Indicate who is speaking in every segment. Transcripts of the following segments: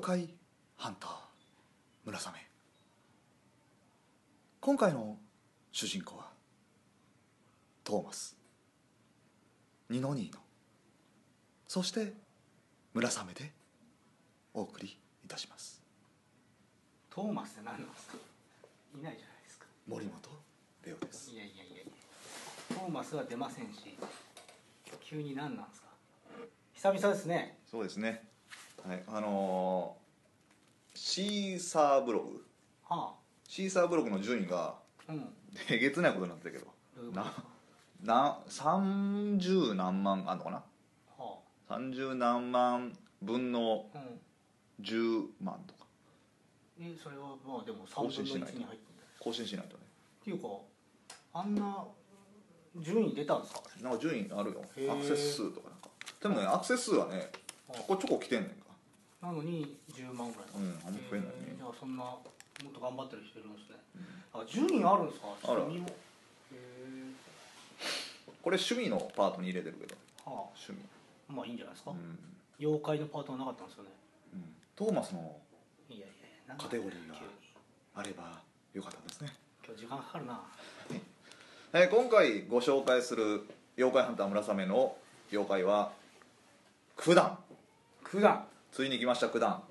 Speaker 1: 界ハンター村雨今回の主人公はトーマスニノニーノそして村雨でお送りいたします
Speaker 2: トーマスって何なんですかいないじゃないですか
Speaker 1: 森本レオです
Speaker 2: いやいやいやいやトーマスは出ませんし急に何なんですか久々ですね
Speaker 1: そうですねはいあのーシーサーブログ
Speaker 2: は
Speaker 1: シーサーブログの順位が
Speaker 2: あうん
Speaker 1: えげつないことになってたけど
Speaker 2: どういうことです
Speaker 1: な
Speaker 2: か
Speaker 1: な30何万あんのかな
Speaker 2: は
Speaker 1: 30何万分の
Speaker 2: あうん
Speaker 1: 10万とか
Speaker 2: えそれはまあでも3分
Speaker 1: 更
Speaker 2: の1
Speaker 1: 新
Speaker 2: に
Speaker 1: し
Speaker 2: 入
Speaker 1: な
Speaker 2: っ
Speaker 1: い
Speaker 2: て
Speaker 1: と
Speaker 2: んだよ
Speaker 1: 更新しないとね
Speaker 2: っていうかあんな順位出たんですか
Speaker 1: なんか順位あるよ
Speaker 2: へー
Speaker 1: アクセス数とかなんかでもねアクセス数はねちょこちょこ来てんねんか
Speaker 2: なのに10万ぐらい
Speaker 1: う
Speaker 2: だ
Speaker 1: んあんま増えないね
Speaker 2: えーじゃあそんなもっと頑張ってる人いるんですね、あ10人あるんですかちょっと見ようへえ
Speaker 1: これ趣味のパートに入れてるけど
Speaker 2: は
Speaker 1: 趣味
Speaker 2: あまあいいんじゃないですか、
Speaker 1: うん、
Speaker 2: 妖怪のパートはなかったんですよね
Speaker 1: うん、トーマスの
Speaker 2: いやいやいや
Speaker 1: カテゴリーが
Speaker 2: が
Speaker 1: あればよかったですね、
Speaker 2: 今日時間かかるな
Speaker 1: えー今回ご紹介する「妖怪ハンター村雨」の妖怪は九段
Speaker 2: 九段
Speaker 1: ついに来ました九段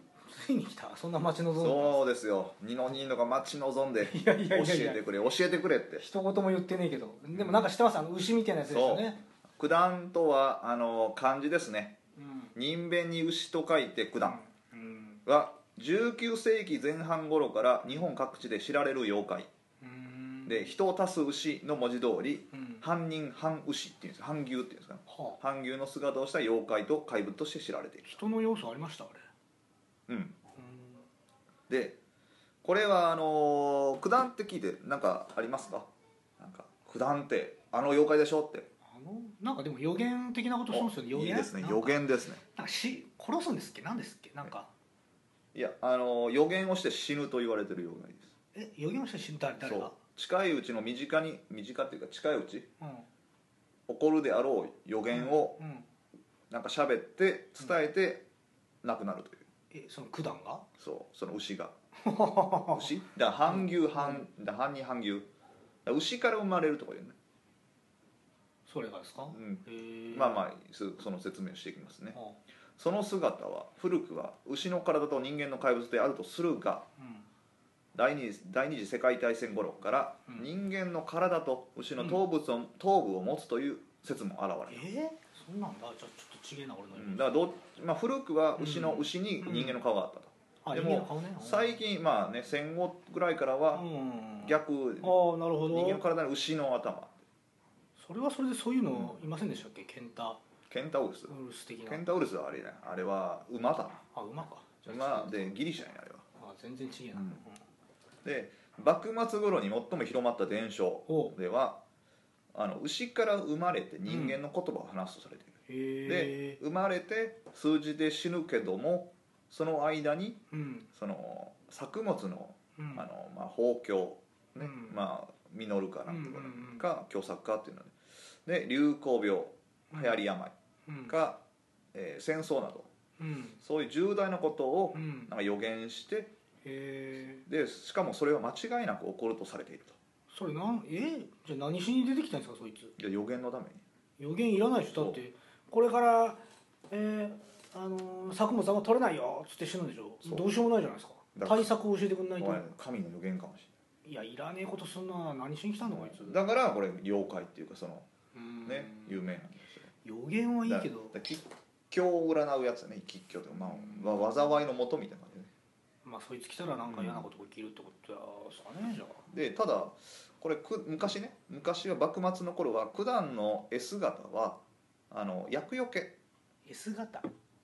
Speaker 2: ついに来たそんな待ち望んでた
Speaker 1: そうですよ二の二のが待ち望 んで
Speaker 2: いやい
Speaker 1: 教
Speaker 2: やいやい
Speaker 1: え
Speaker 2: や
Speaker 1: てくれ教えてくれって
Speaker 2: 一言も言ってねえけどでもなんか知ってますあの牛みたいなやつですよね
Speaker 1: 九段とはあの漢字ですね
Speaker 2: うん
Speaker 1: 人弁に牛と書いて九段
Speaker 2: うん
Speaker 1: は19世紀前半頃から日本各地で知られる妖怪
Speaker 2: うん
Speaker 1: で人を足す牛の文字通り
Speaker 2: うんは
Speaker 1: 半人半牛っていうんです半牛っていうんですかね
Speaker 2: あ
Speaker 1: 半牛の姿をした妖怪と怪物として知られている
Speaker 2: 人の要素ありましたあれ
Speaker 1: うん
Speaker 2: うん
Speaker 1: でこれはあのー九段って聞いて何かありますかなんか九段ってあの妖怪でしょって
Speaker 2: あのなんかでも予言的なことするんですよね予
Speaker 1: い
Speaker 2: 言
Speaker 1: いですね
Speaker 2: なんか
Speaker 1: 予言ですね
Speaker 2: なんかし殺すんですっけなんですっけなんか
Speaker 1: いやあの予言をして死ぬと言われてる妖怪です
Speaker 2: え予言をして死んだ誰
Speaker 1: そう
Speaker 2: が
Speaker 1: 近いうちの身近に身近っていうか近いうち
Speaker 2: うん
Speaker 1: 起こるであろう予言を
Speaker 2: うん
Speaker 1: なんか喋って伝えて亡くなるという
Speaker 2: えその九段が
Speaker 1: そうその牛が牛だから半牛半だから半人半牛だから牛から生まれるとか言うね、
Speaker 2: それがですか
Speaker 1: うん、
Speaker 2: へえ
Speaker 1: まあまあすその説明をしていきますね
Speaker 2: あ
Speaker 1: その姿は古くは牛の体と人間の怪物であるとするが
Speaker 2: うん
Speaker 1: 第二次第二次世界大戦頃から
Speaker 2: うん
Speaker 1: 人間の体と牛の頭部を,、頭部を持つという説も現れる、
Speaker 2: ええそんなんだじゃあちょっとちげえな俺の
Speaker 1: うんだからどっ、まあ、古くは牛の牛に人間の顔があったと、
Speaker 2: あ
Speaker 1: でも
Speaker 2: 人間の顔ねうん
Speaker 1: 最近まあね戦後ぐらいから
Speaker 2: う
Speaker 1: は
Speaker 2: んあ
Speaker 1: 逆、
Speaker 2: あーなるほ
Speaker 1: 人間の
Speaker 2: ど
Speaker 1: 体に牛の頭
Speaker 2: それはそれでそういうのいませんでしたっけケンタ
Speaker 1: ケンタウルス
Speaker 2: ウルス的
Speaker 1: ケン
Speaker 2: な
Speaker 1: タウルスはあれねあれは馬だ
Speaker 2: あ馬かじ
Speaker 1: な
Speaker 2: ゃ
Speaker 1: 馬でギリシャやねあれは
Speaker 2: あ全然ちげえな
Speaker 1: う
Speaker 2: うんん
Speaker 1: で幕末頃に最も広まった伝承
Speaker 2: お
Speaker 1: ではあの牛から生まれて人間の言葉を話すとされている、で
Speaker 2: へえ
Speaker 1: 生まれて数字で死ぬけどもその間に
Speaker 2: うん
Speaker 1: その作物の
Speaker 2: うん
Speaker 1: あの、まあ、豊穣、ね
Speaker 2: うん
Speaker 1: まあ、実るかなんとか
Speaker 2: うんうんうん
Speaker 1: か凶作かっていうのでで流行病流行り病
Speaker 2: うん
Speaker 1: か、えー戦争など
Speaker 2: うん
Speaker 1: そういう重大なことを
Speaker 2: うん
Speaker 1: なんか予言して
Speaker 2: へえ
Speaker 1: でしかもそれは間違いなく起こるとされている
Speaker 2: それなんえじゃあ何しに出てきたんですかそいつ
Speaker 1: とで予言のために
Speaker 2: 予言いらないでしょだってこれからえーあのー作物あんま取れないよっつって死ぬんでしょ
Speaker 1: そう
Speaker 2: どうしようもないじゃないですか
Speaker 1: だから
Speaker 2: 対策を教えてくんない
Speaker 1: お
Speaker 2: と
Speaker 1: 前神の予言かもし
Speaker 2: いやいらねえことすんな何しに来た
Speaker 1: れ
Speaker 2: んだ
Speaker 1: な
Speaker 2: こい
Speaker 1: い
Speaker 2: つ
Speaker 1: だからこれ妖怪っていうかその
Speaker 2: うん
Speaker 1: ね有名なんですよ
Speaker 2: 予言はいいけ
Speaker 1: だ
Speaker 2: ど
Speaker 1: から吉凶を占うやつね吉凶とか、まあわ、災いのもとみたいな感じね
Speaker 2: まあそいつ来たらなんか嫌なことが起きるってことですかねじゃあ
Speaker 1: でただこれく昔ね昔は幕末の頃は九段の絵姿はあの厄除け
Speaker 2: S 型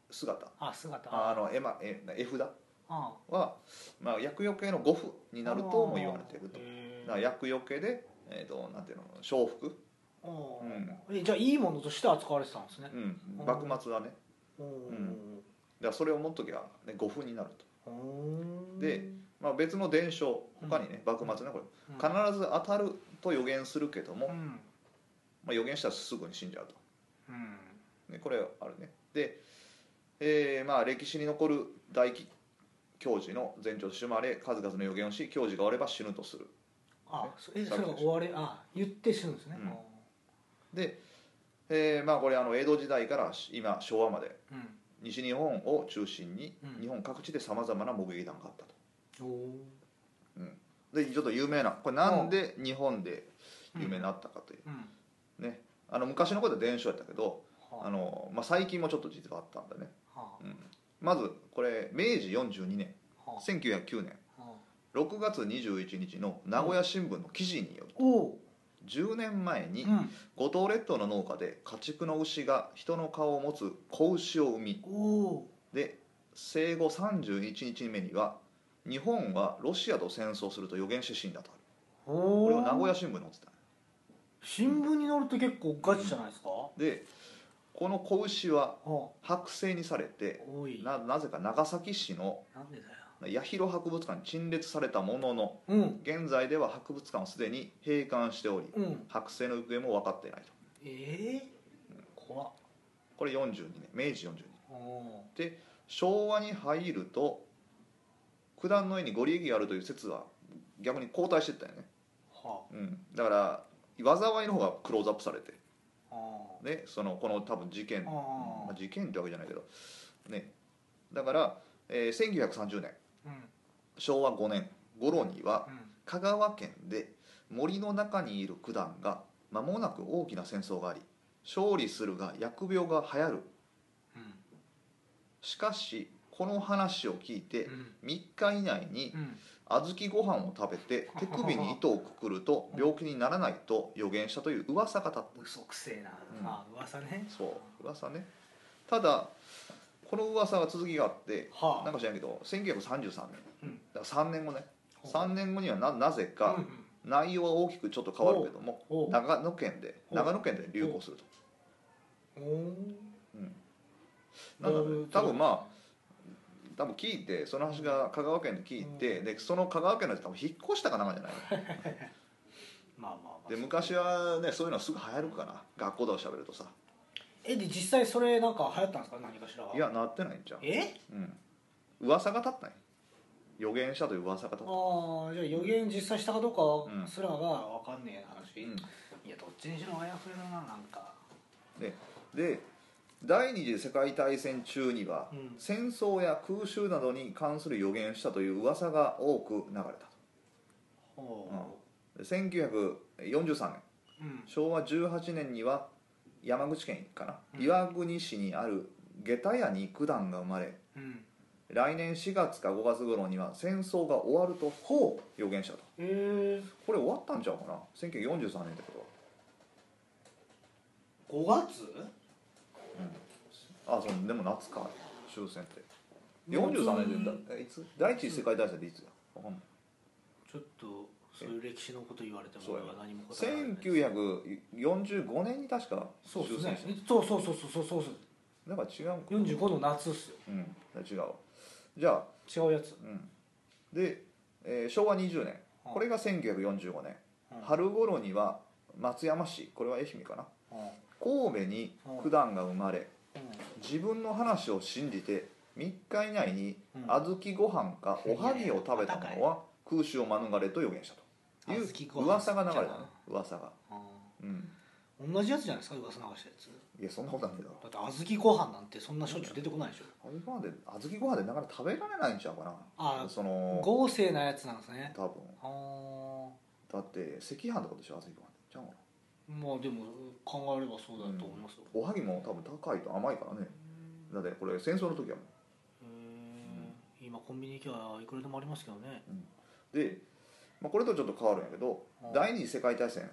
Speaker 1: 姿
Speaker 2: あ姿
Speaker 1: あの絵,、ま、絵絵札
Speaker 2: あ
Speaker 1: は、まあ、厄除けの五符になるとも言われていると
Speaker 2: へ
Speaker 1: だか
Speaker 2: ー
Speaker 1: ら厄除けで、えー、となんていうの笑福、
Speaker 2: あ
Speaker 1: う
Speaker 2: ー
Speaker 1: ん
Speaker 2: えじゃあいいものとして扱われてたんですね
Speaker 1: うん
Speaker 2: う、ん
Speaker 1: 幕末はねだか
Speaker 2: おー
Speaker 1: んらそれを持っときゃ、ね、五符になると、
Speaker 2: おー
Speaker 1: でまあ、別の伝承他にね幕末ねこれ
Speaker 2: うん
Speaker 1: 必ず当たると予言するけども、
Speaker 2: うん
Speaker 1: まあ、予言したらすぐに死んじゃうと
Speaker 2: うん
Speaker 1: ね、これあるねで、えーまあ、歴史に残る大き教授の前兆として生まれ数々の予言をし教授がおれば死ぬとする
Speaker 2: あそえそれが終われあ言って死ぬんですね
Speaker 1: うんで、えーまあこれあの江戸時代から今昭和まで
Speaker 2: うん、
Speaker 1: 西日本を中心に
Speaker 2: うん
Speaker 1: 日本各地でさまざまな目撃談があったと
Speaker 2: おー
Speaker 1: でちょっと有名なこれなんで日本で有名になったかという、
Speaker 2: うん
Speaker 1: ねあの昔のことは伝承やったけど
Speaker 2: は
Speaker 1: あの、まあ、最近もちょっと実はあったんだね
Speaker 2: あは
Speaker 1: まずこれ明治42年
Speaker 2: あは
Speaker 1: 1909年
Speaker 2: あはあ
Speaker 1: 6月21日の名古屋新聞の記事による
Speaker 2: おお
Speaker 1: 10年前に
Speaker 2: うん
Speaker 1: 五島列島の農家で家畜の牛が人の顔を持つ子牛を産み
Speaker 2: おお
Speaker 1: で生後31日目には日本はロシアと戦争すると予言して死んだとある
Speaker 2: お
Speaker 1: こ
Speaker 2: お
Speaker 1: れは名古屋新聞に載ってた
Speaker 2: 新聞に載ると結構ガチじゃないですか、は
Speaker 1: でこの子牛は
Speaker 2: あ多
Speaker 1: 剥製にされて
Speaker 2: い
Speaker 1: ななぜか長崎市の
Speaker 2: なんでだよ
Speaker 1: 八広博物館に陳列されたものの
Speaker 2: うん
Speaker 1: 現在では博物館をすでに閉館しており
Speaker 2: うん
Speaker 1: 剥製の行方も分かっていないと
Speaker 2: ええ怖っ
Speaker 1: これ42年明治42年
Speaker 2: おお
Speaker 1: 昭和に入ると九段の絵にご利益があるという説は逆に後退してったよね、
Speaker 2: は
Speaker 1: うん、だから災いの方がクローズアップされて
Speaker 2: ああ
Speaker 1: ねそのこの多分事件、
Speaker 2: あ
Speaker 1: ま
Speaker 2: あ
Speaker 1: あ、事件ってわけじゃないけどねだから、えー1930年
Speaker 2: うん
Speaker 1: 昭和5年頃には
Speaker 2: うん
Speaker 1: 香川県で森の中にいる九段が間もなく大きな戦争があり勝利するが疫病が流行る
Speaker 2: うん
Speaker 1: しかしこの話を聞いて
Speaker 2: うん
Speaker 1: 3日以内に
Speaker 2: うん
Speaker 1: 小豆ご飯を食べて手首に糸をくくる と病気にならないと予言したという噂が立っ
Speaker 2: 嘘くせえな、
Speaker 1: うん
Speaker 2: まあ噂ね
Speaker 1: たそう噂ねただこの噂は続きがあって
Speaker 2: はあ
Speaker 1: なんか知らんけど1933年だか
Speaker 2: うん
Speaker 1: ら3年後ね
Speaker 2: ほう
Speaker 1: 3年後にはななぜ
Speaker 2: う
Speaker 1: か
Speaker 2: んうん
Speaker 1: 内容は大きくちょっと変わるけども
Speaker 2: おう
Speaker 1: 長野県で
Speaker 2: ほう
Speaker 1: 長野県で流行すると
Speaker 2: おお
Speaker 1: なんかね多分ま
Speaker 2: あ
Speaker 1: 多分聞いてその話が香川県で聞いてでその香川県の人多分引っ越したかなんかじゃない
Speaker 2: まあまあまあ
Speaker 1: で昔はねそういうのはすぐ流行るから学校では喋るとさ
Speaker 2: えで実際それなんか流行ったんですか何かしらはい
Speaker 1: やなってないんじゃん
Speaker 2: え
Speaker 1: うん噂が立ったんや予言したという噂が立っ
Speaker 2: ああじゃあ予言実際したかどうかは
Speaker 1: うん
Speaker 2: すらが分かんねえ話、
Speaker 1: うん
Speaker 2: いやどっちにしろあやふやだななんか
Speaker 1: たでで第二次世界大戦中には、
Speaker 2: うん
Speaker 1: 戦争や空襲などに関する予言したという噂が多く流れた
Speaker 2: ほ
Speaker 1: とで1943年
Speaker 2: ううん
Speaker 1: 昭和18年には山口県かな、
Speaker 2: うん
Speaker 1: 岩国市にある下駄屋に九段が生まれ
Speaker 2: うん
Speaker 1: 来年4月か5月頃には戦争が終わると予言したと
Speaker 2: ええ
Speaker 1: これ終わったんちゃうかな1943年ってことは
Speaker 2: 5月
Speaker 1: あそうでも夏か終戦って43年でだえいつ第一次世界大戦でいつやわかんない
Speaker 2: ちょっとそういう歴史のこと言われても
Speaker 1: そうや
Speaker 2: 俺は何も答えられない
Speaker 1: 1945年に確か
Speaker 2: そうです
Speaker 1: 戦
Speaker 2: ね
Speaker 1: して
Speaker 2: そうそうそうそうそうそうそう
Speaker 1: だから違う
Speaker 2: 45の夏っす
Speaker 1: うんだから違うじゃあ
Speaker 2: よ違うやつ
Speaker 1: うんで、えー昭和20年
Speaker 2: うん
Speaker 1: これが1945年
Speaker 2: うん
Speaker 1: 春頃には松山市これは愛媛かな
Speaker 2: うん
Speaker 1: 神戸に九段が生まれ
Speaker 2: う
Speaker 1: 自分の話を信じて3日以内に
Speaker 2: うん
Speaker 1: 小豆ご飯かおはぎを食べた者は空襲を免れと予言したとい
Speaker 2: 小豆ご
Speaker 1: う
Speaker 2: 飯
Speaker 1: 噂が流れたね噂がうん
Speaker 2: ん同じやつじゃないですか噂流したやつ
Speaker 1: いやそんなことはないだろ
Speaker 2: だって小豆ご飯なんてそんなしょっちゅう出てこないでしょ
Speaker 1: 小豆ご飯で小豆ご飯でなかなか食べられないんちゃうか
Speaker 2: あ
Speaker 1: なその
Speaker 2: 豪勢なやつなんですね
Speaker 1: 多分
Speaker 2: ああ
Speaker 1: だって赤飯とかでしょ小豆ご飯ってちゃうかな
Speaker 2: まあでも考えればそうだと思いますよ、
Speaker 1: おはぎも多分高いと甘いからねだってこれ戦争の時やもん
Speaker 2: へえ今コンビニ行けばいくらでもありますけどね
Speaker 1: で、まあ、これとちょっと変わるんやけど
Speaker 2: うん
Speaker 1: 第二次世界大戦
Speaker 2: う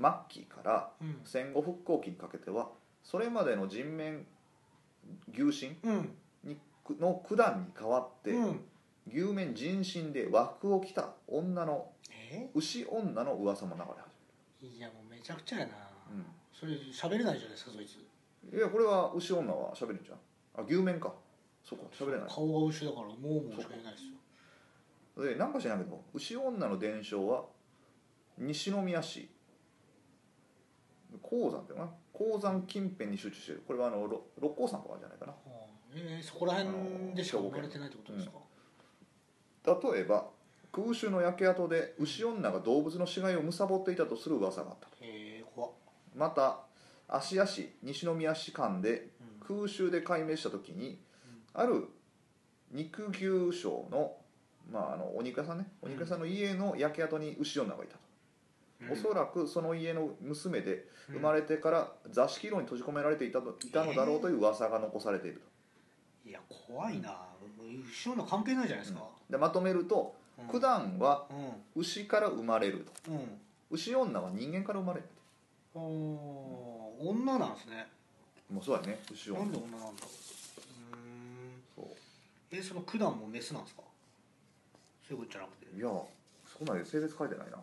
Speaker 1: 末期から
Speaker 2: んうん
Speaker 1: 戦後復興期にかけてはそれまでの人面牛心
Speaker 2: うん
Speaker 1: にの九段に代わって、
Speaker 2: うん
Speaker 1: 牛面人心で枠を着た女の
Speaker 2: え
Speaker 1: 牛女の噂も流れ始
Speaker 2: いやもうめちゃくちゃやな、
Speaker 1: める、
Speaker 2: それ喋れないじゃないですかそいつ
Speaker 1: うん、いやこれは牛女は喋るんじゃんあ牛面かそうか喋れない
Speaker 2: 顔が牛だからもうもうしか言えないですよ
Speaker 1: でなんか知らんけど牛女の伝承は西宮市鉱山っていうのかな鉱山近辺に集中してるこれはあのろ六甲山とかじゃないかな
Speaker 2: はあえーそこら辺でしか生まれてないってことですか、
Speaker 1: 例えば空襲の焼け跡で牛女が動物の死骸を貪っていたとする噂があった
Speaker 2: ええ怖っ
Speaker 1: また芦屋市西宮市間で
Speaker 2: うん
Speaker 1: 空襲で解明した時に、ある肉牛商の,、まあ、あのお肉屋さんねお肉屋さんの家の焼け跡に牛女がいたと、おそらくその家の娘で生まれてから座敷牢に閉じ込められていたといたのだろうという噂が残されている
Speaker 2: いや怖いな一生の関係ないじゃないですか
Speaker 1: と、でまとめると
Speaker 2: うん
Speaker 1: 九段は
Speaker 2: うん
Speaker 1: 牛から生まれると
Speaker 2: うん
Speaker 1: 牛女は人間から生まれる
Speaker 2: おー女なんですね
Speaker 1: もうそうやね牛
Speaker 2: な
Speaker 1: 女
Speaker 2: んで女なんだろううーん
Speaker 1: そ
Speaker 2: えその九段もメスなんですかそういうことじゃなくて
Speaker 1: ういやそこまで性別書いてないな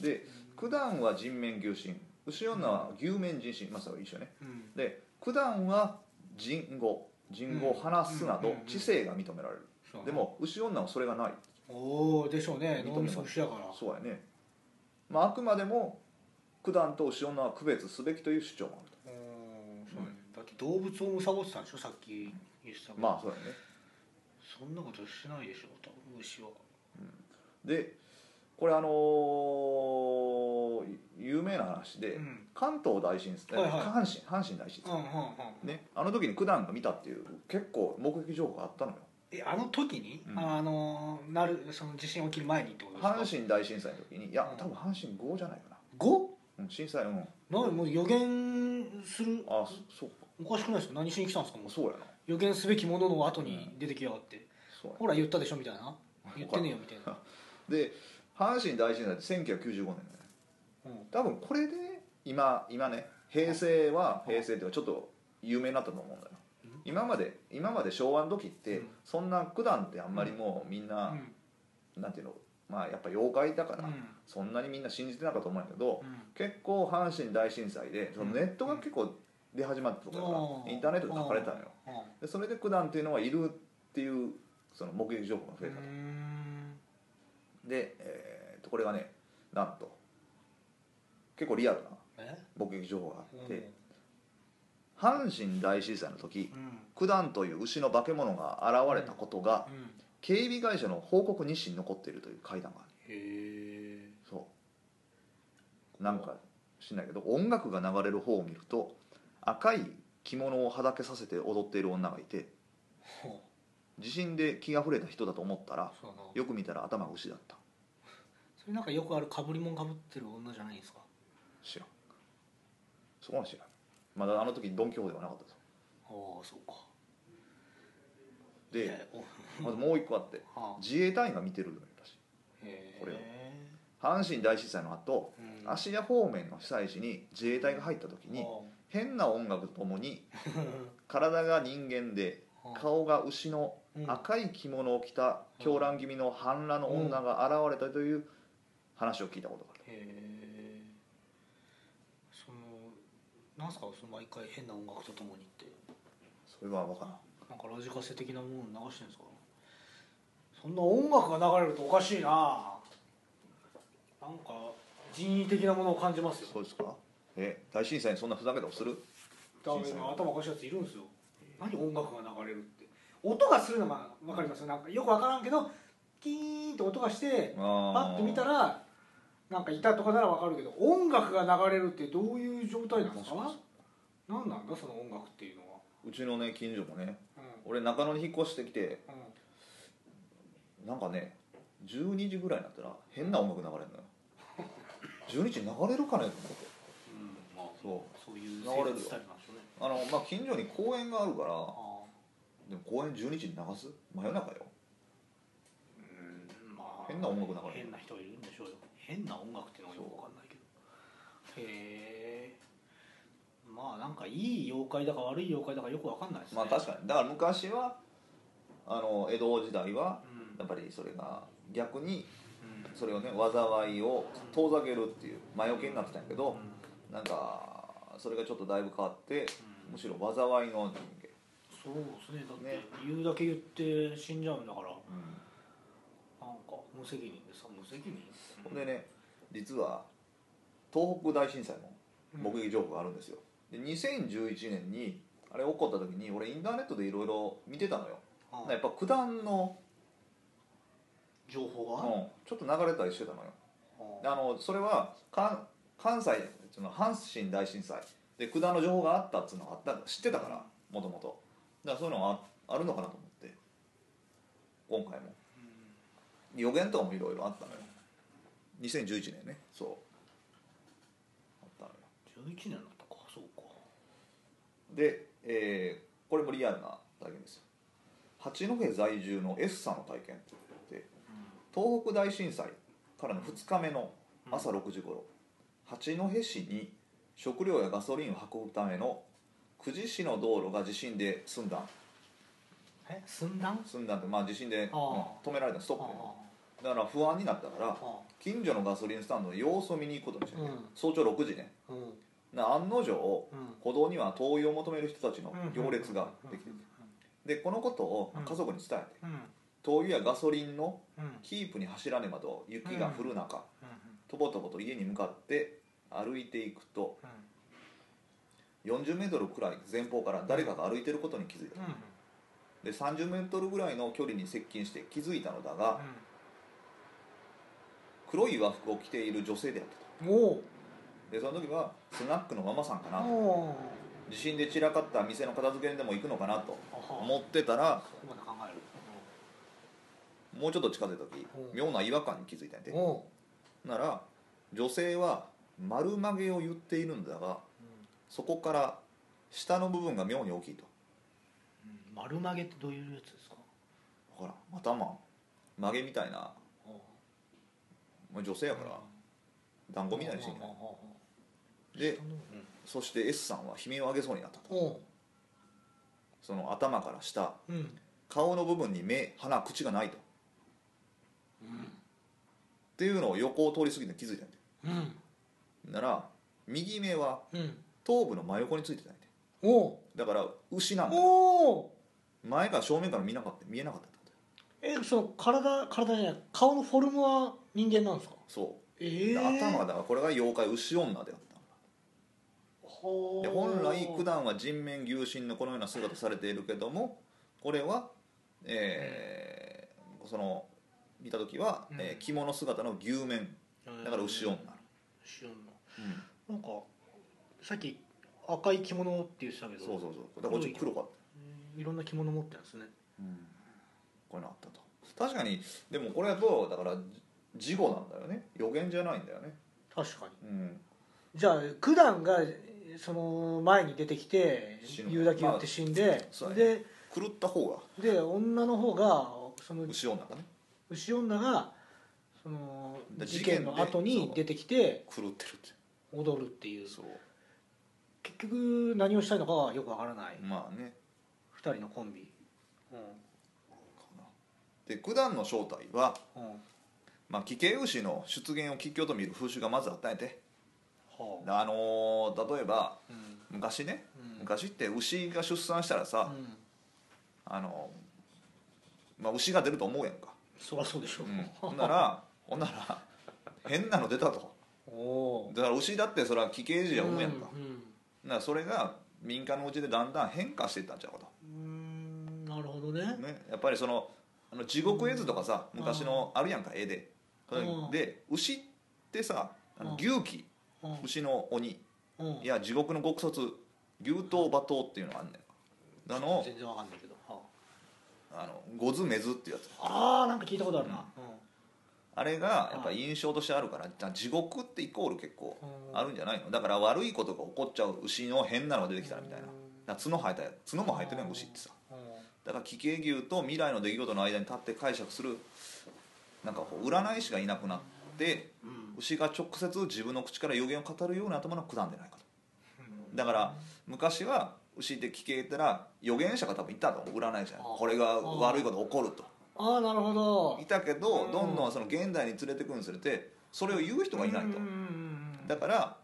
Speaker 1: で九段は人面牛神牛女は牛面人神まさに一緒ね
Speaker 2: うん
Speaker 1: で九段は人語人語を話すな
Speaker 2: うん
Speaker 1: ど
Speaker 2: うんうん
Speaker 1: 知性が認められる
Speaker 2: そうね
Speaker 1: でも牛女はそれがない
Speaker 2: おおでしょうね
Speaker 1: 認め
Speaker 2: 脳みそ牛やから
Speaker 1: そうやね、まあ、あくまでも九段と牛女は区別すべきという主張もある
Speaker 2: うーんそうねだって動物を貪ってたんでしょさっき言って
Speaker 1: と
Speaker 2: た
Speaker 1: まあそうやね
Speaker 2: そんなことしないでしょ多分牛は
Speaker 1: でこれあのー有名な話で、
Speaker 2: うん
Speaker 1: 関東大震災、
Speaker 2: はいはい
Speaker 1: 阪神阪神大震
Speaker 2: う
Speaker 1: 災、
Speaker 2: んうんうん
Speaker 1: ね、あの時に九段が見たっていう結構目撃情報があったのよ
Speaker 2: えあの時に、
Speaker 1: うん
Speaker 2: あのなるその地震起きる前にってことです
Speaker 1: 阪
Speaker 2: か
Speaker 1: 神大震災の時にいや
Speaker 2: うん
Speaker 1: 多分阪神5じゃないか
Speaker 2: 5?
Speaker 1: な、うん、震災うん
Speaker 2: なんもう予言する
Speaker 1: あそそうか
Speaker 2: おかしくないですか何しに来たんですかもう
Speaker 1: そうやな
Speaker 2: 予言すべきものの後に出てきやがって、
Speaker 1: そうや
Speaker 2: ほら言ったでしょみたいな言ってねえよみたいな、
Speaker 1: なで阪神大震災って1995年だね
Speaker 2: うん
Speaker 1: 多分これで今今ね平成は
Speaker 2: うん
Speaker 1: 平成っていうかちょっと有名になったと思うんだよ今まで今まで昭和の時って
Speaker 2: うん
Speaker 1: そんな九段ってあんまりもうみんな、なんていうのまあやっぱ妖怪だから、
Speaker 2: うん
Speaker 1: そんなにみんな信じてなかったと思うんやけど、
Speaker 2: うん
Speaker 1: 結構阪神大震災でそのネットが結構出始まったとこだから、
Speaker 2: うん
Speaker 1: インターネットで書かれたのよ
Speaker 2: うん
Speaker 1: でそれで九段っていうのはいるっていうその目撃情報が増えたと、
Speaker 2: うん
Speaker 1: で、えーっとこれがねなんと結構リアルな
Speaker 2: え
Speaker 1: 目撃情報があっ
Speaker 2: う
Speaker 1: て、
Speaker 2: ん
Speaker 1: 阪神大震災の時
Speaker 2: うん
Speaker 1: 九段という牛の化け物が現れたことが
Speaker 2: うん
Speaker 1: 警備会社の報告日誌に残っているという怪談がある
Speaker 2: へえ
Speaker 1: そうなんか知んないけど音楽が流れる方を見ると赤い着物をはだけさせて踊っている女がいて
Speaker 2: ほ
Speaker 1: 地震で気が触れた人だと思ったら
Speaker 2: うそうだな
Speaker 1: よく見たら頭が牛だった
Speaker 2: それなんかよくあるかぶりもんかぶってる女じゃないんですか
Speaker 1: 知らんそこは知らんまだあの時ドン・キホーテはなかったぞ
Speaker 2: ああそうかい
Speaker 1: で
Speaker 2: やお
Speaker 1: まずもう一個あって
Speaker 2: はあ
Speaker 1: 自衛隊員が見てるらしい
Speaker 2: へえ
Speaker 1: これを阪神大震災の後
Speaker 2: うん
Speaker 1: 芦屋方面の被災地に自衛隊が入った時に
Speaker 2: は
Speaker 1: 変な音楽とともに
Speaker 2: あ
Speaker 1: 体が人間で
Speaker 2: はあ
Speaker 1: 顔が牛の
Speaker 2: うん
Speaker 1: 赤い着物を着た狂乱気味の半裸の女が現れたという話を聞いたことがある
Speaker 2: へえそのなんすかその毎回変な音楽とともにって
Speaker 1: それは分からん
Speaker 2: なんかラジカセ的なもの流してるんですかそんな音楽が流れるとおかしいななんか人為的なものを感じますよ
Speaker 1: そうですかえ大震災にそんなふざけたことする
Speaker 2: 多分今頭おかしいやついるんですよ何音楽が流れるって音がするのが分かりますよなんかよく分からんけどキーンって音がして
Speaker 1: あ
Speaker 2: パ
Speaker 1: ー
Speaker 2: ッと見たらなんかいたとかなら分かるけど音楽が流れるってどういう状態なんです
Speaker 1: そうそう
Speaker 2: か何なんだその音楽っていうのは
Speaker 1: うちのね近所もね
Speaker 2: うん
Speaker 1: 俺中野に引っ越してきて
Speaker 2: う
Speaker 1: なんかね12時ぐらいになったら変な音楽流れるのよ12時に流れるかねと思って
Speaker 2: ん、うん、まあ
Speaker 1: そう
Speaker 2: そういう
Speaker 1: 流れるよ
Speaker 2: 生活スタイルなんでしょうね
Speaker 1: あのまあ近所に公園があるから
Speaker 2: ああ
Speaker 1: でも公園12時に流す真夜中よ
Speaker 2: うんまあ
Speaker 1: 変な音楽流れる
Speaker 2: 変な人がいるんでしょうよ変な音楽っていうのはよく分かんないけどへえまあなんかいい妖怪だか悪い妖怪だかよく分かんないですね
Speaker 1: まあ確かにだから昔はあの江戸時代は
Speaker 2: にうん
Speaker 1: やっぱりそれが逆に
Speaker 2: うん
Speaker 1: それをね災いを遠ざけるっていう魔除けになってたんやけ
Speaker 2: う
Speaker 1: ど
Speaker 2: ん
Speaker 1: なんかそれがちょっとだいぶ変わって
Speaker 2: うん
Speaker 1: むしろ災いの人間
Speaker 2: そうですねだって
Speaker 1: ね
Speaker 2: 言うだけ言って死んじゃうんだからなんか
Speaker 1: うん
Speaker 2: 無責任でさ無責任
Speaker 1: ほんでね実は東北大震災も目撃情報があるんですよで2011年にあれ起こった時に俺インターネットでいろいろ見てたのよ
Speaker 2: ああ
Speaker 1: やっぱ九段の
Speaker 2: 情報が、
Speaker 1: うん、ちょっと流れたりしてたのよ
Speaker 2: あ
Speaker 1: あのそれは関関西その阪神大震災で九段の情報があったっつうのがあった知ってたからもともとだからそういうのがああるのかなと思って今回も予言とかもいろいろあったのよ
Speaker 3: 2011年ね
Speaker 1: そうあったのよ
Speaker 2: 11年だったかそうか
Speaker 1: で、えーこれもリアルな体験ですよ八戸在住の S さんの体験で東北大震災からの2日目の朝6時頃、八戸市に食料やガソリンを運ぶための久慈市の道路が地震で寸断
Speaker 2: え寸断
Speaker 1: 寸断ってまあ地震で、うん
Speaker 2: あ
Speaker 1: 止められたストッ
Speaker 2: あ
Speaker 1: プだから不安になったから
Speaker 2: ああ
Speaker 1: 近所のガソリンスタンドの様子を見に行くことにして、
Speaker 2: うん
Speaker 1: 早朝6時ね
Speaker 2: あうん
Speaker 1: な案の定
Speaker 2: うん
Speaker 1: 歩道には灯油を求める人たちの行列ができて
Speaker 2: うん
Speaker 1: でこのことを家族に伝えて、
Speaker 2: うん
Speaker 1: 灯油やガソリンの
Speaker 2: うんうん
Speaker 1: キープに走らねばと雪が降る中、
Speaker 2: うん
Speaker 1: とぼとぼと家に向かって歩いていくと
Speaker 2: うん
Speaker 1: 40メートルくらい前方から誰かが歩いてることに気づいた、
Speaker 2: うん
Speaker 1: で30メートルぐらいの距離に接近して気づいたのだが黒い和服を着ている女性であったと
Speaker 2: うんお
Speaker 1: でその時はスナックのママさんか
Speaker 2: お
Speaker 1: なと
Speaker 2: おー
Speaker 1: 地震で散らかった店の片付けにでも行くのかなと
Speaker 2: あは
Speaker 1: 思ってたら
Speaker 2: そこまで考える
Speaker 1: もうちょっと近づいた時
Speaker 2: うん
Speaker 1: 妙な違和感に気づいたんやて
Speaker 2: おお
Speaker 1: なら女性は丸曲げを言っているのだがそこから下の部分が妙に大きいと
Speaker 2: うん丸投げってどういうやつですか
Speaker 1: ほら頭曲げみたいなもう女性やから団子みたいにしてんじゃないでそして S さんは悲鳴を上げそうになったと
Speaker 2: おお
Speaker 1: その頭から下
Speaker 2: ううん
Speaker 1: 顔の部分に目鼻口がないと、っていうのを横を通り過ぎて気づいたんで
Speaker 2: うん
Speaker 1: なら右目は
Speaker 2: うん
Speaker 1: 頭部の真横についてたんで
Speaker 2: おお
Speaker 1: だから牛なんだよ
Speaker 2: おお
Speaker 1: 前から正面から見なかった見えなかったってことよ
Speaker 2: えその体体じゃない顔のフォルムは人間なんですか
Speaker 1: そう
Speaker 2: え
Speaker 1: で
Speaker 2: え
Speaker 1: 頭だからこれが妖怪牛女であった
Speaker 2: ほー
Speaker 1: で本来九段は人面牛神のこのような姿されているけどもこれは、えーその見た時は、
Speaker 2: うん
Speaker 1: えー着物姿の牛面だから牛女、
Speaker 2: 牛女なんかさっき赤い着物って言ってたけど
Speaker 1: そうそうそうだからこっち黒かった、
Speaker 2: うんいろんな着物持ってるんですね
Speaker 1: こういうのあったと確かにでもこれだとだから事後なんだよね予言じゃないんだよね、
Speaker 2: 確かに
Speaker 1: うん、
Speaker 2: じゃあ九段がその前に出てきて
Speaker 1: 死ぬ
Speaker 2: 言うだけ言って死んで、
Speaker 1: そうや
Speaker 2: で
Speaker 1: 狂った方が
Speaker 2: で女の方がその
Speaker 1: 牛女だね
Speaker 2: 牛女がその
Speaker 1: で
Speaker 2: 事件の後
Speaker 1: 事件で
Speaker 2: に
Speaker 1: そう
Speaker 2: 出てきて
Speaker 1: 狂ってるって
Speaker 2: 踊るっていう
Speaker 1: そう
Speaker 2: 結局何をしたいのかはよくわからない
Speaker 1: まあね
Speaker 2: 2人のコンビ
Speaker 1: で九段の正体は
Speaker 2: うんうんは
Speaker 1: まあ、奇形牛の出現を吉凶と見る風習がまずあったんやて、
Speaker 2: あ
Speaker 1: あのー例えば
Speaker 2: うん
Speaker 1: 昔ね、
Speaker 2: うん
Speaker 1: 昔って牛が出産したら
Speaker 2: う
Speaker 1: さ、
Speaker 2: ん
Speaker 1: あのーまあ、牛が出ると思うやんか、
Speaker 2: そりゃそうでしょ
Speaker 1: うん、ほんならほんなら変なの出たと
Speaker 2: お お
Speaker 1: だから牛だってそれは奇形児や思うやんか、
Speaker 2: うんうん
Speaker 1: だからそれが民間のうちでだんだん変化していったんちゃうか
Speaker 2: うーんなるほどね
Speaker 1: と、ね、やっぱりそのあの地獄絵図とかさ昔のあるやんか絵で、
Speaker 2: うん
Speaker 1: で牛ってさあの
Speaker 2: うん
Speaker 1: 牛鬼
Speaker 2: うん
Speaker 1: 牛の鬼、
Speaker 2: うん
Speaker 1: いや地獄の極卒牛刀馬刀っていうのがあんねんあの
Speaker 2: 全然わかんないけどは
Speaker 1: あのゴズメズっていうやつ
Speaker 2: ああーなんか聞いたことあるな
Speaker 1: あれがやっぱ印象としてあるからじゃあ地獄ってイコール結構あるんじゃないのだから悪いことが起こっちゃう牛の変なのが出てきたらみたいなだから角生えたや角も生えてるやん牛ってさ
Speaker 2: うんうん
Speaker 1: だから奇形牛と未来の出来事の間に立って解釈するなんかこう占い師がいなくなって
Speaker 2: うん
Speaker 1: 牛が直接自分の口から予言を語るような頭の九段でないかとだから昔は牛って聞けたら預言者が多分いたと思う占い師が
Speaker 2: あ
Speaker 1: これが悪いこと起こると
Speaker 2: ああなるほど
Speaker 1: いたけど
Speaker 2: うん
Speaker 1: どんどんその現代に連れてくるにつれてそれを言う人がいないと
Speaker 2: うんうんうんうん
Speaker 1: だから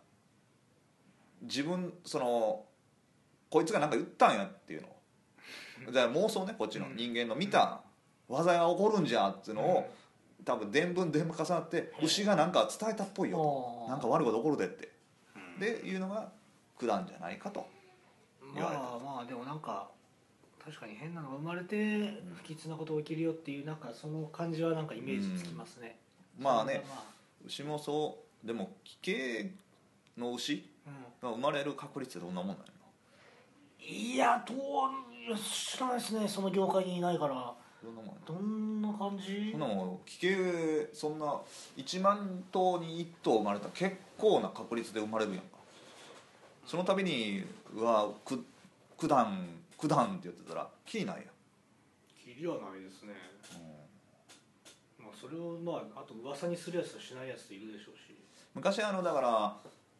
Speaker 1: 自分そのこいつが何か言ったんやっていうのをだから妄想ねこっちの
Speaker 2: うん
Speaker 1: 人間の見た災いが起こるんじゃっていうのを多分伝聞伝聞重なって牛が何か伝えたっぽいよと
Speaker 2: あー
Speaker 1: なんか悪いこと起こるでってでいうのが九段じゃないかと言われた
Speaker 2: まあまあでもなんか確かに変なのが生まれて不吉なことが起きるよっていうなんかその感じはなんかイメージつきますね、
Speaker 1: まあね
Speaker 2: まあ
Speaker 1: 牛もそうでも奇形の牛
Speaker 2: う
Speaker 1: が生まれる確率ってどんなもんなんや
Speaker 2: ん、いやどういや知らないですねその業界にいないから
Speaker 1: ろどんなもんやろ
Speaker 2: どんな感じ
Speaker 1: そんなもん奇形そんな1万頭に1頭生まれたら結構な確率で生まれるやんかその度にうわく九段九段って言ってたらキリないやん
Speaker 2: 切りはないですね、まあ、それをまああと噂にするやつとしないやつといるでしょうし
Speaker 1: 昔あのだから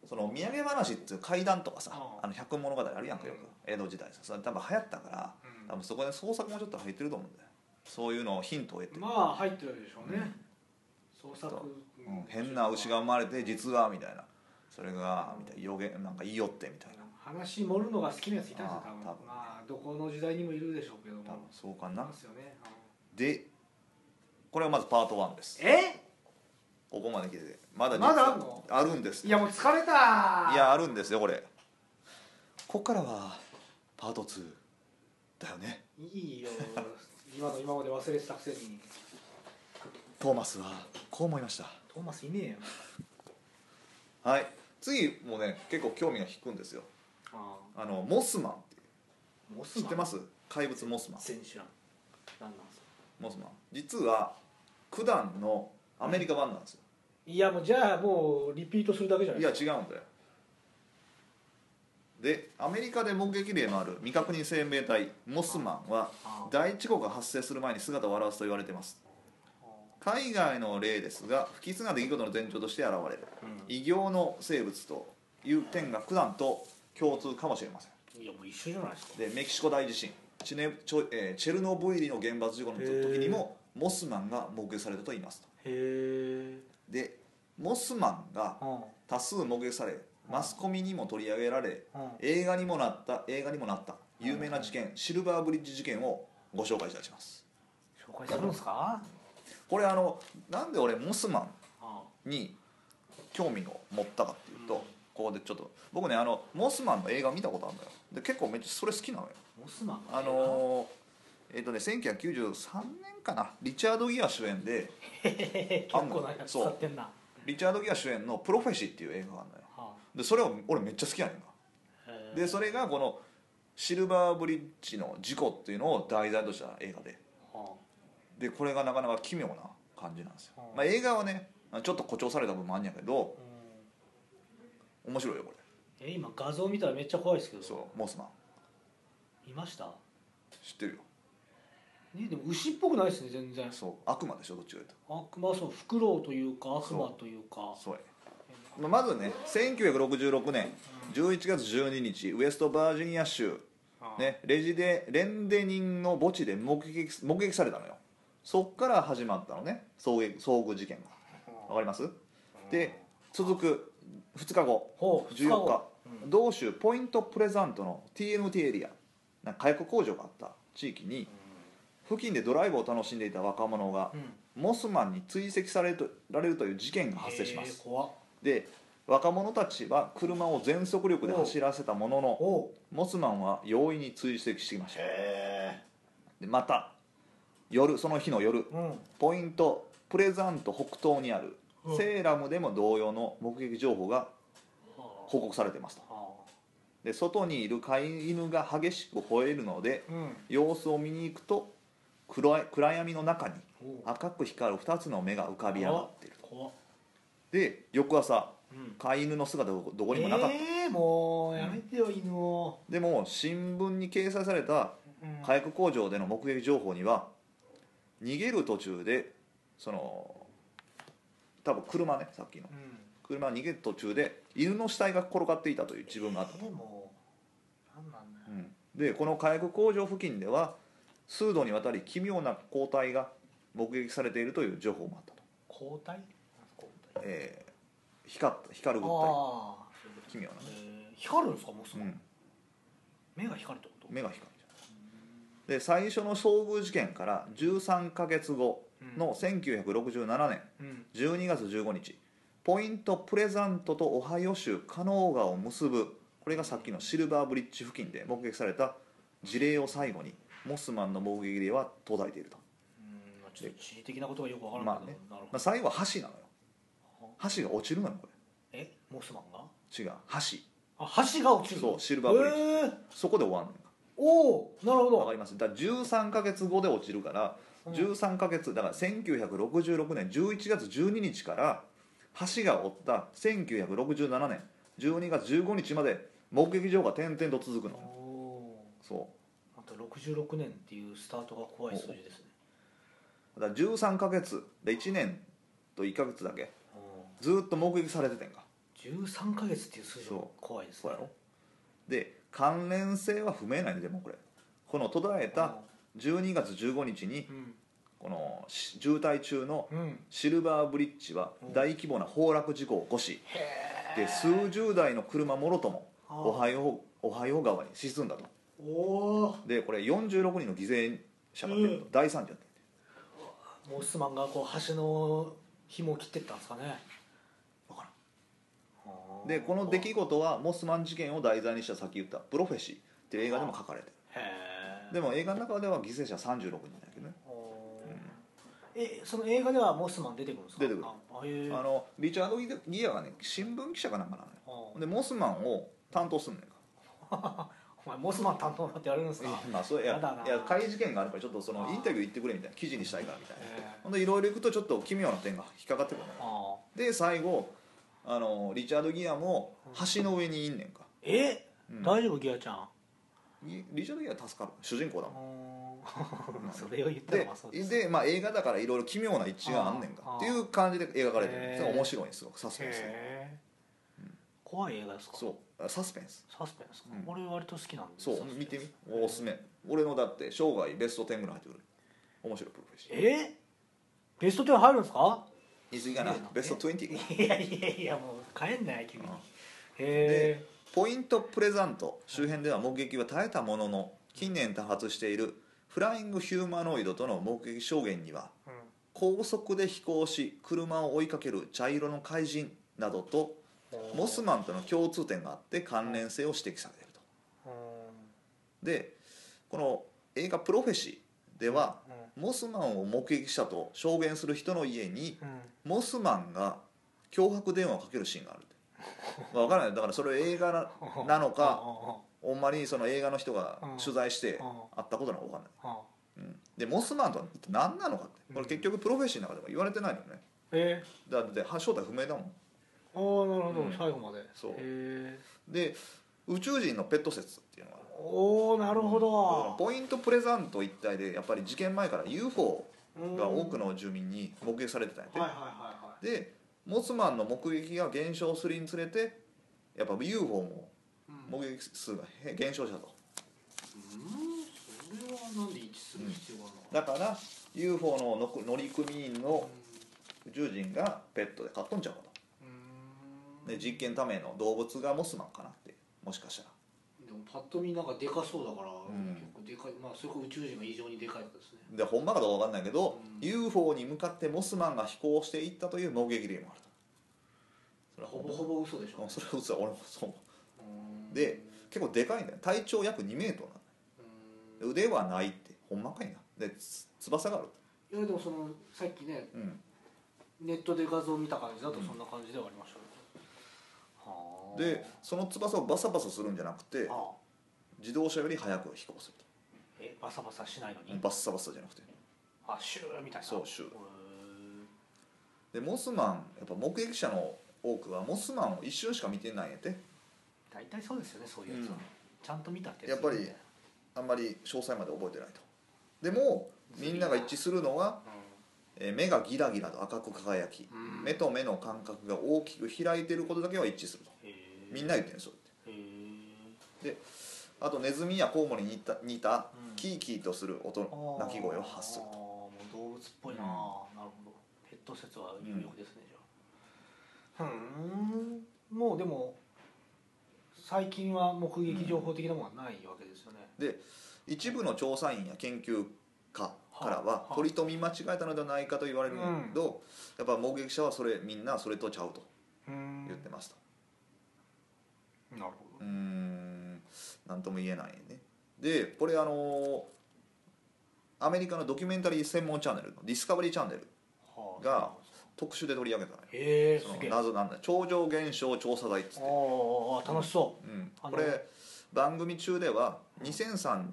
Speaker 1: その土産話っていう怪談とかさ
Speaker 2: ああ
Speaker 1: あの百物語あるやんかよく
Speaker 2: うん
Speaker 1: 江戸時代さそれ多分流行ったから
Speaker 2: うん
Speaker 1: 多分そこで創作もちょっと入ってると思うんだよそういうのをヒントを得て、
Speaker 2: まあ入ってるでしょうね、創作
Speaker 1: うん変な牛が生まれて実はみたいなそれがみたいな予言なんか言いよってみたいな
Speaker 2: 話盛るのが好きなやついたんですよ
Speaker 1: あ
Speaker 2: 多分
Speaker 1: ー多分
Speaker 2: まあどこの時代にもいるでしょうけども
Speaker 1: 多分そうか
Speaker 2: い
Speaker 1: な
Speaker 2: ますよね
Speaker 1: でこれはまずパート1です
Speaker 2: うんえ
Speaker 1: ここまで来ててまだ実
Speaker 2: まだあんの
Speaker 1: あるんです
Speaker 2: い
Speaker 1: い
Speaker 2: やもう疲れたい
Speaker 1: やあるんですよこれこっからはパート2だよね
Speaker 2: いいよ今の今まで忘れてたくせに
Speaker 3: トーマスはこう思いました
Speaker 2: トーマスいねえよ
Speaker 1: はい次もね結構興味が引くんですよ
Speaker 2: あ
Speaker 1: あのモスマンって
Speaker 2: あモス
Speaker 1: 知ってます怪物モスマン
Speaker 2: 全知らん何なんすか
Speaker 1: モスマン実は九段のアメリカ版なんですよ
Speaker 2: いやもうじゃあもうリピートするだけじゃない
Speaker 1: いや違うんだよでアメリカで目撃例のある未確認生命体モスマンは
Speaker 2: ああ
Speaker 1: 大事故が発生する前に姿を現すと言われています海外の例ですが不吉な出来事の前兆として現れる
Speaker 2: う
Speaker 1: 異形の生物という点が九段と共通かもしれません
Speaker 2: んいやもう一緒じゃないですか
Speaker 1: でメキシコ大地震チネチョ、えーチェルノブイリの原発事故の時にもモスマンが目撃されたと言いますと
Speaker 2: へえ
Speaker 1: でモスマンが
Speaker 2: うんうん
Speaker 1: 多数目撃されマスコミにも取り上げられ映画にもなった映画にもなった有名な事件シルバーブリッジ事件をご紹介いたします
Speaker 2: 紹介するんすか
Speaker 1: これあのなんで俺モスマ
Speaker 2: あ
Speaker 1: ンに興味を持ったかっていうと、
Speaker 2: うん
Speaker 1: ここでちょっと僕ねあのモスマンの映画見たことあるんだよで結構めっちゃそれ好きなのよ
Speaker 2: モスマン
Speaker 1: あのーえっ、とね1993年かなリチャード・ギア主演で
Speaker 2: 結構なやつ使ってんな
Speaker 1: リチャード・ギア主演の「プロフェシー」っていう映画があるのよ
Speaker 2: は
Speaker 1: でそれを俺めっちゃ好きやねんか
Speaker 2: あへえ
Speaker 1: でそれがこのシルバーブリッジの事故っていうのを題材とした映画で
Speaker 2: は
Speaker 1: でこれがなかなか奇妙な感じなんですよ、
Speaker 2: うん
Speaker 1: まあ、映画はねちょっと誇張された部分もあるんやけど
Speaker 2: あうん
Speaker 1: 面白いよこ
Speaker 2: え今画像見たらめっちゃ怖いですけ
Speaker 1: れ
Speaker 2: ど
Speaker 1: そうモスマン
Speaker 2: いました
Speaker 1: 知ってるよ
Speaker 2: ねでも牛っぽくないですね全然
Speaker 1: そう悪魔でしょどっちかというと
Speaker 2: 悪魔そうフクロウというか悪魔というか
Speaker 1: そうやまあまずね1966年11月12日ウェストバージニア州
Speaker 2: ああ
Speaker 1: ね、レジでレンデ人の墓地で目撃目撃されたのよそっから始まったのね遭遇遭遇事件がわかりますで続く2日後
Speaker 2: ほう
Speaker 1: 14日、同州ポイントプレザントの TNT エリアなんか火薬工場があった地域に付近でドライブを楽しんでいた若者が
Speaker 2: うん
Speaker 1: モスマンに追跡されとられるという事件が発生しま
Speaker 2: へえ
Speaker 1: す
Speaker 2: 怖っ
Speaker 1: で若者たちは車を全速力で走らせたものの
Speaker 2: おう
Speaker 1: モスマンは容易に追跡してきました
Speaker 2: へえ
Speaker 1: でまた夜その日の夜
Speaker 2: うん
Speaker 1: ポイントプレザント北東にある
Speaker 2: うん
Speaker 1: セーラムでも同様の目撃情報が
Speaker 2: は
Speaker 1: 報告されていますと
Speaker 2: あは
Speaker 1: で外にいる飼い犬が激しく吠えるので
Speaker 2: あうん
Speaker 1: 様子を見に行くと暗い暗闇の中に
Speaker 2: おう
Speaker 1: 赤く光る2つの目が浮かび上がっている
Speaker 2: 怖っ
Speaker 1: で翌朝
Speaker 2: うん
Speaker 1: 飼い犬の姿どどこにもなかった、
Speaker 2: ええもうやめてよ犬を
Speaker 1: でも新聞に掲載された
Speaker 2: うん
Speaker 1: 火薬工場での目撃情報には逃げる途中でその多分車ねさっきの
Speaker 2: うん
Speaker 1: 車逃げる途中で犬の死体が転がっていたという自分があった
Speaker 2: ええもうなんなんだよ
Speaker 1: うんでこの火薬工場付近では数度にわたり奇妙な抗体が目撃されているという情報もあったと、
Speaker 2: 交代交代
Speaker 1: えー光った光る物体
Speaker 2: ああ
Speaker 1: 奇妙なね、
Speaker 2: へえ光るんですかモス
Speaker 1: う
Speaker 2: マン
Speaker 1: ん、
Speaker 2: 目が光るってこと
Speaker 1: 目が光るじゃんで最初の遭遇事件から13ヶ月後の1967年
Speaker 2: うん
Speaker 1: 12月15日ポイントプレザントとオハイオ州カノー川を結ぶこれがさっきのシルバーブリッジ付近で目撃された事例を最後にモスマンの目撃では途絶えていると、
Speaker 2: うんまあちょっと地理的なことがよくわから
Speaker 1: ま
Speaker 2: な
Speaker 1: あ
Speaker 2: いけ
Speaker 1: ね
Speaker 2: ど、な
Speaker 1: まあ、
Speaker 2: るほど
Speaker 1: 最後は箸なのよ箸が落ちるのよこ
Speaker 2: えモスマンが
Speaker 1: れ違う箸
Speaker 2: あ箸が落ちるの
Speaker 1: そうシルバーブリッジ
Speaker 2: へー
Speaker 1: そこで終わんのよ
Speaker 2: おおなるほ
Speaker 1: わか
Speaker 2: ど
Speaker 1: りますだから13か月後で落ちるから、
Speaker 2: うん
Speaker 1: 13か月だから1966年11月12日から橋が追った1967年12月15日まで目撃情報が点々と続く
Speaker 2: お
Speaker 1: の
Speaker 2: お
Speaker 1: そ
Speaker 2: ーまた66年っていうスタートが怖い数字ですね
Speaker 1: うだから13か月で1年と1か月だけ
Speaker 2: うん
Speaker 1: ずーっと目撃されててんか
Speaker 2: 13か月っていう数字も
Speaker 1: そ
Speaker 2: 怖いです
Speaker 1: そう
Speaker 2: ね
Speaker 1: やろで関連性は不明なんやでもこれこの途絶えた12月15日に
Speaker 2: うん
Speaker 1: このし渋滞中の
Speaker 2: うん
Speaker 1: シルバーブリッジは大規模な崩落事故を起こしで数十台の車もろとも
Speaker 2: あー
Speaker 1: オハイオオハイオ川に沈んだと
Speaker 2: おお
Speaker 1: でこれ46人の犠牲者が出ると、
Speaker 2: う
Speaker 1: 大惨事だって
Speaker 2: モスマンがこう橋の紐を切ってったんですかね
Speaker 1: 分か
Speaker 2: あ
Speaker 1: らん
Speaker 2: ー
Speaker 1: でこの出来事はモスマン事件を題材にしたさっき言った「プロフェシー」っていう映画でも書かれてる
Speaker 2: へえ
Speaker 1: でも映画の中では犠牲者36人だけどね
Speaker 2: えその映画ではモスマン出てくるんですか
Speaker 1: 出てくる
Speaker 2: ああへえ
Speaker 1: あのリチャード・ギアがね新聞記者かなんかなのよ
Speaker 2: あー
Speaker 1: でモスマンを担当すんねんか
Speaker 2: お前モスマン担当なんてやれるんですか
Speaker 1: まあそういや
Speaker 2: やだない
Speaker 1: や怪事件があるからちょっとそ
Speaker 2: あ
Speaker 1: の
Speaker 2: ー
Speaker 1: インタビュー行ってくれみたいな記事にしたいからみたいな
Speaker 2: へえ
Speaker 1: ほんでいろいろ行くとちょっと奇妙な点が引っかかってくるのよ
Speaker 2: あ
Speaker 1: で最後あのリチャード・ギアも橋の上にいんねんか、
Speaker 2: ーえ
Speaker 1: うん
Speaker 2: 大丈夫ギアちゃん
Speaker 1: リリチャード・ギアは助かる主人公だもん
Speaker 2: うーん それを言ったら
Speaker 1: で
Speaker 2: まあそうですね
Speaker 1: で、まあ、映画だからいろいろ奇妙な一致があんねん
Speaker 2: あー
Speaker 1: かっていう感じで描かれて
Speaker 2: へ
Speaker 1: る
Speaker 2: え
Speaker 1: それ面白いんですよサスペンス
Speaker 2: へえ怖い映画ですか
Speaker 1: そうあサスペンス
Speaker 2: サスペンスか
Speaker 1: うん
Speaker 2: 俺割と好きなんで
Speaker 1: そう
Speaker 2: サスペンス
Speaker 1: 見てみおすすめ俺のだって生涯ベスト10ぐらい入ってくる面白いプロフェッショナル
Speaker 2: えベスト10入るんですか
Speaker 1: 言い過ぎかなベスト20
Speaker 2: いやいやいやもう帰んない君に
Speaker 1: あ
Speaker 2: へえ
Speaker 1: ポイントプレザント周辺では目撃は絶えたものの近年多発しているフライングヒューマノイドとの目撃証言には高速で飛行し車を追いかける茶色の怪人などとモスマンとの共通点があって関連性を指摘されているとでこの映画「プロフェシー」ではモスマンを目撃したと証言する人の家にモスマンが脅迫電話をかけるシーンがあるって分からないだからそれ映画ななのかほんまにその映画の人が取材して
Speaker 2: うん
Speaker 1: 会ったことなのか分かんない、うん、でモスマンとは何なのかってこれ結局プロフェッシーの中でも言われてないのよね
Speaker 2: え
Speaker 1: だっては正体不明だもん
Speaker 2: ああなるほ
Speaker 1: う
Speaker 2: ど
Speaker 1: ん
Speaker 2: 最後まで
Speaker 1: そう
Speaker 2: へえ
Speaker 1: で宇宙人のペット説っていうのがある
Speaker 2: おおなるほど
Speaker 1: ポイントプレザント一帯でやっぱり事件前から UFO が多く
Speaker 2: の
Speaker 1: の住民に目撃されてたんや
Speaker 2: はいはいは
Speaker 1: っ
Speaker 2: い
Speaker 1: てでモスマンの目撃が減少するにつれてやっぱ UFO も
Speaker 2: はい
Speaker 1: 目撃数がへ減少したと
Speaker 2: うんそれはなんで一致する必要があるのか
Speaker 1: だから UFO ののく乗組員の宇宙人がペットで買っとんちゃうか
Speaker 2: うん
Speaker 1: とで実験ための動物がモスマンかなってもしかしたら
Speaker 2: でもパッと見なんかでかそうだから、
Speaker 1: ん
Speaker 2: 結構でかいまあそれこそ宇宙人が異常にでかいとかですね
Speaker 1: でほんまかどうかわかんないけど、
Speaker 2: うん
Speaker 1: UFO に向かってモスマンが飛行していったという目撃例もあるとそれは
Speaker 2: ほ
Speaker 1: ほぼ
Speaker 2: ぼほぼ嘘でしょ
Speaker 1: それは嘘だ俺もそう思
Speaker 2: うん
Speaker 1: うで結構でかいんだよ体長約2メートルなんだ
Speaker 2: うん
Speaker 1: よで腕はないってほんまかいなでつ翼がある
Speaker 2: いやでもそのさっきね
Speaker 1: うん
Speaker 2: ネットで画像見た感じだとそんな感じではありましたけど、
Speaker 1: でその翼をバサバサするんじゃなくて
Speaker 2: はあああ
Speaker 1: 自動車より速く飛行する
Speaker 2: えバサバサしないの
Speaker 1: と
Speaker 2: に、
Speaker 1: バッサバサじゃなくて
Speaker 2: あシューみたいな
Speaker 1: そうシュー
Speaker 2: へ
Speaker 1: でモスマンやっぱ目撃者の多くはモスマンを一瞬しか見てないんやって
Speaker 2: 大体そうですよねそういうやつは、
Speaker 1: うん
Speaker 2: ちゃんと見たって
Speaker 1: やっぱりあんまり詳細まで覚えてないとでもみんなが一致するのはえー目がギラギラと赤く輝き、
Speaker 2: うん
Speaker 1: 目と目の間隔が大きく開いてることだけは一致するとみんな
Speaker 2: へ
Speaker 1: 言ってるんですよ
Speaker 2: え
Speaker 1: あとネズミやコウモリに似た似た
Speaker 2: うん
Speaker 1: キーキーとする音の鳴き声を発する
Speaker 2: あーもう動物っぽいな、
Speaker 1: うん
Speaker 2: なるほどペット説は有力ですね、じゃあふーんもうでも最近は目撃情報的なものはないわけですよね、
Speaker 1: で一部の調査員や研究家から
Speaker 2: は
Speaker 1: は
Speaker 2: あ
Speaker 1: 取り留め間違えたのではないかと言われるけど、やっぱ目撃者はそれみんなそれとちゃうと
Speaker 2: うーん
Speaker 1: 言ってますと
Speaker 2: なるほ
Speaker 1: うーん何とも言えないねでこれあのーアメリカのドキュメンタリー専門チャンネルのディスカバリーチャンネル
Speaker 2: はあ
Speaker 1: が特集で取り上げたね
Speaker 2: へえ
Speaker 1: そ
Speaker 2: す
Speaker 1: の
Speaker 2: げえあ
Speaker 1: 謎なんだ超常現象調査隊っつって、
Speaker 2: あ楽しそ
Speaker 1: うん、
Speaker 2: あの
Speaker 1: これ番組中では2003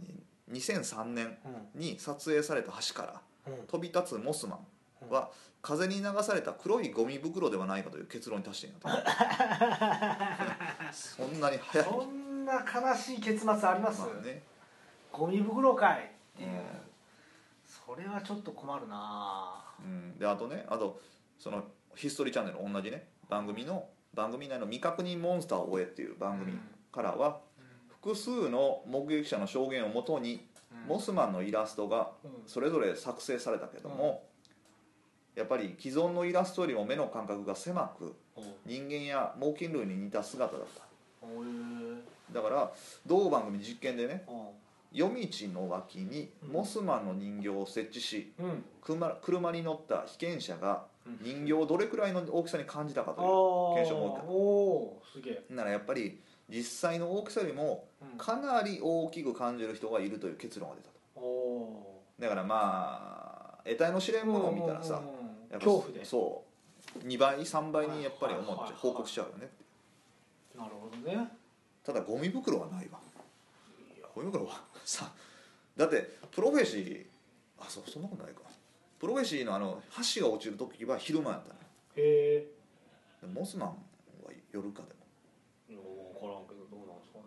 Speaker 1: 年 ,2003 年
Speaker 2: う、うん
Speaker 1: に撮影された橋から
Speaker 2: うん、
Speaker 1: 飛び立つモスマンは風に流された黒いゴミ袋ではないかという結論に達しているん だとそんなに早い
Speaker 2: そんな悲しい結末あります、
Speaker 1: まあね、
Speaker 2: ゴミ袋かいって
Speaker 1: う
Speaker 2: い
Speaker 1: ん
Speaker 2: う、それはちょっと困るな
Speaker 1: うんであとねあとそのヒストリーチャンネル同じね番組の番組内の未確認モンスターを追えっていう番組からは複数の目撃者の証言をもとにモスマンのイラストが
Speaker 2: うん
Speaker 1: それぞれ作成されたけども、やっぱり既存のイラストよりも目の間隔が狭く
Speaker 2: おう
Speaker 1: 人間や猛禽類に似た姿だった
Speaker 2: おう
Speaker 1: だから同番組実験でね
Speaker 2: おう
Speaker 1: 夜道の脇にモスマンの人形を設置し
Speaker 2: うん
Speaker 1: 車車に乗った被験者が
Speaker 2: うん
Speaker 1: 人形をどれくらいの大きさに感じたかと
Speaker 2: あ
Speaker 1: い
Speaker 2: あ
Speaker 1: う検証も受けた
Speaker 2: おーすげえ、
Speaker 1: ならやっぱり実際の大きさよりも
Speaker 2: うん、
Speaker 1: かなり大きく感じる人がいるという結論が出たと
Speaker 2: おお
Speaker 1: だからまあ得体の知れんものを見たらさ
Speaker 2: うんうんうんうん
Speaker 1: やっぱ
Speaker 2: 恐怖で
Speaker 1: そう2倍3倍にやっぱり思
Speaker 2: は
Speaker 1: っ
Speaker 2: いはいは
Speaker 1: て
Speaker 2: いはい
Speaker 1: 報告しちゃうよね
Speaker 2: なるほどね
Speaker 1: ただゴミ袋はないわゴミ袋は さだってプロフェシーあそうそんなことないかプロフェシーのあの箸が落ちる時は昼間やったね
Speaker 2: へ
Speaker 1: で
Speaker 2: え
Speaker 1: モスマンは夜かでも
Speaker 2: いや分からんけどどうなんですかね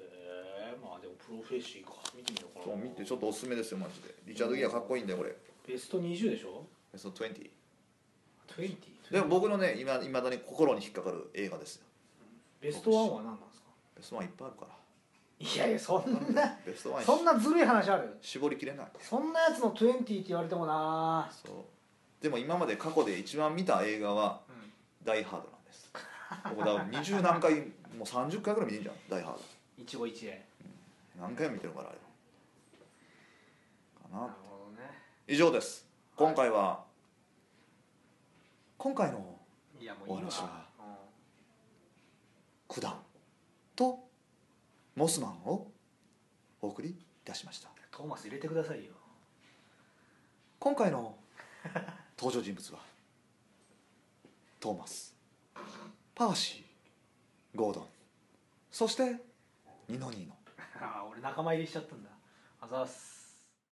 Speaker 2: へえまあでもプロフェッシーか見てみようかな
Speaker 1: そう見てちょっとおすすめですよマジでリチャード・ギアかっこいいんだよこれ
Speaker 2: ベスト20でしょ
Speaker 1: そう20
Speaker 2: 20
Speaker 1: でも僕のねいまだに心に引っかかる映画ですよ
Speaker 2: ベストワンは何なんですか
Speaker 1: ベストワンいっぱいあるから
Speaker 2: いやいやそんな
Speaker 1: ベストワン
Speaker 2: そんなずるい話ある
Speaker 1: 絞りきれない
Speaker 2: そんなやつの20って言われてもな
Speaker 1: そうでも今まで過去で一番見た映画は
Speaker 2: うん
Speaker 1: 「ダイ・ハード」なんです僕だ二十何回もう30回ぐらい見てんじゃん「ダイ・ハー
Speaker 2: 一期一会
Speaker 1: ド」何回も見てるからあれか
Speaker 2: な
Speaker 1: な
Speaker 2: るほどね
Speaker 1: 以上です今回は、今回の
Speaker 2: いやもういいわ
Speaker 1: お話は
Speaker 2: う
Speaker 1: 九段とモスマンをお送りいたしました
Speaker 2: んトーマス入れてくださいよ
Speaker 1: 今回の登場人物はトーマスパーシーゴードンそしてニノニーノ
Speaker 2: ああ俺仲間入りしちゃったんだあざーす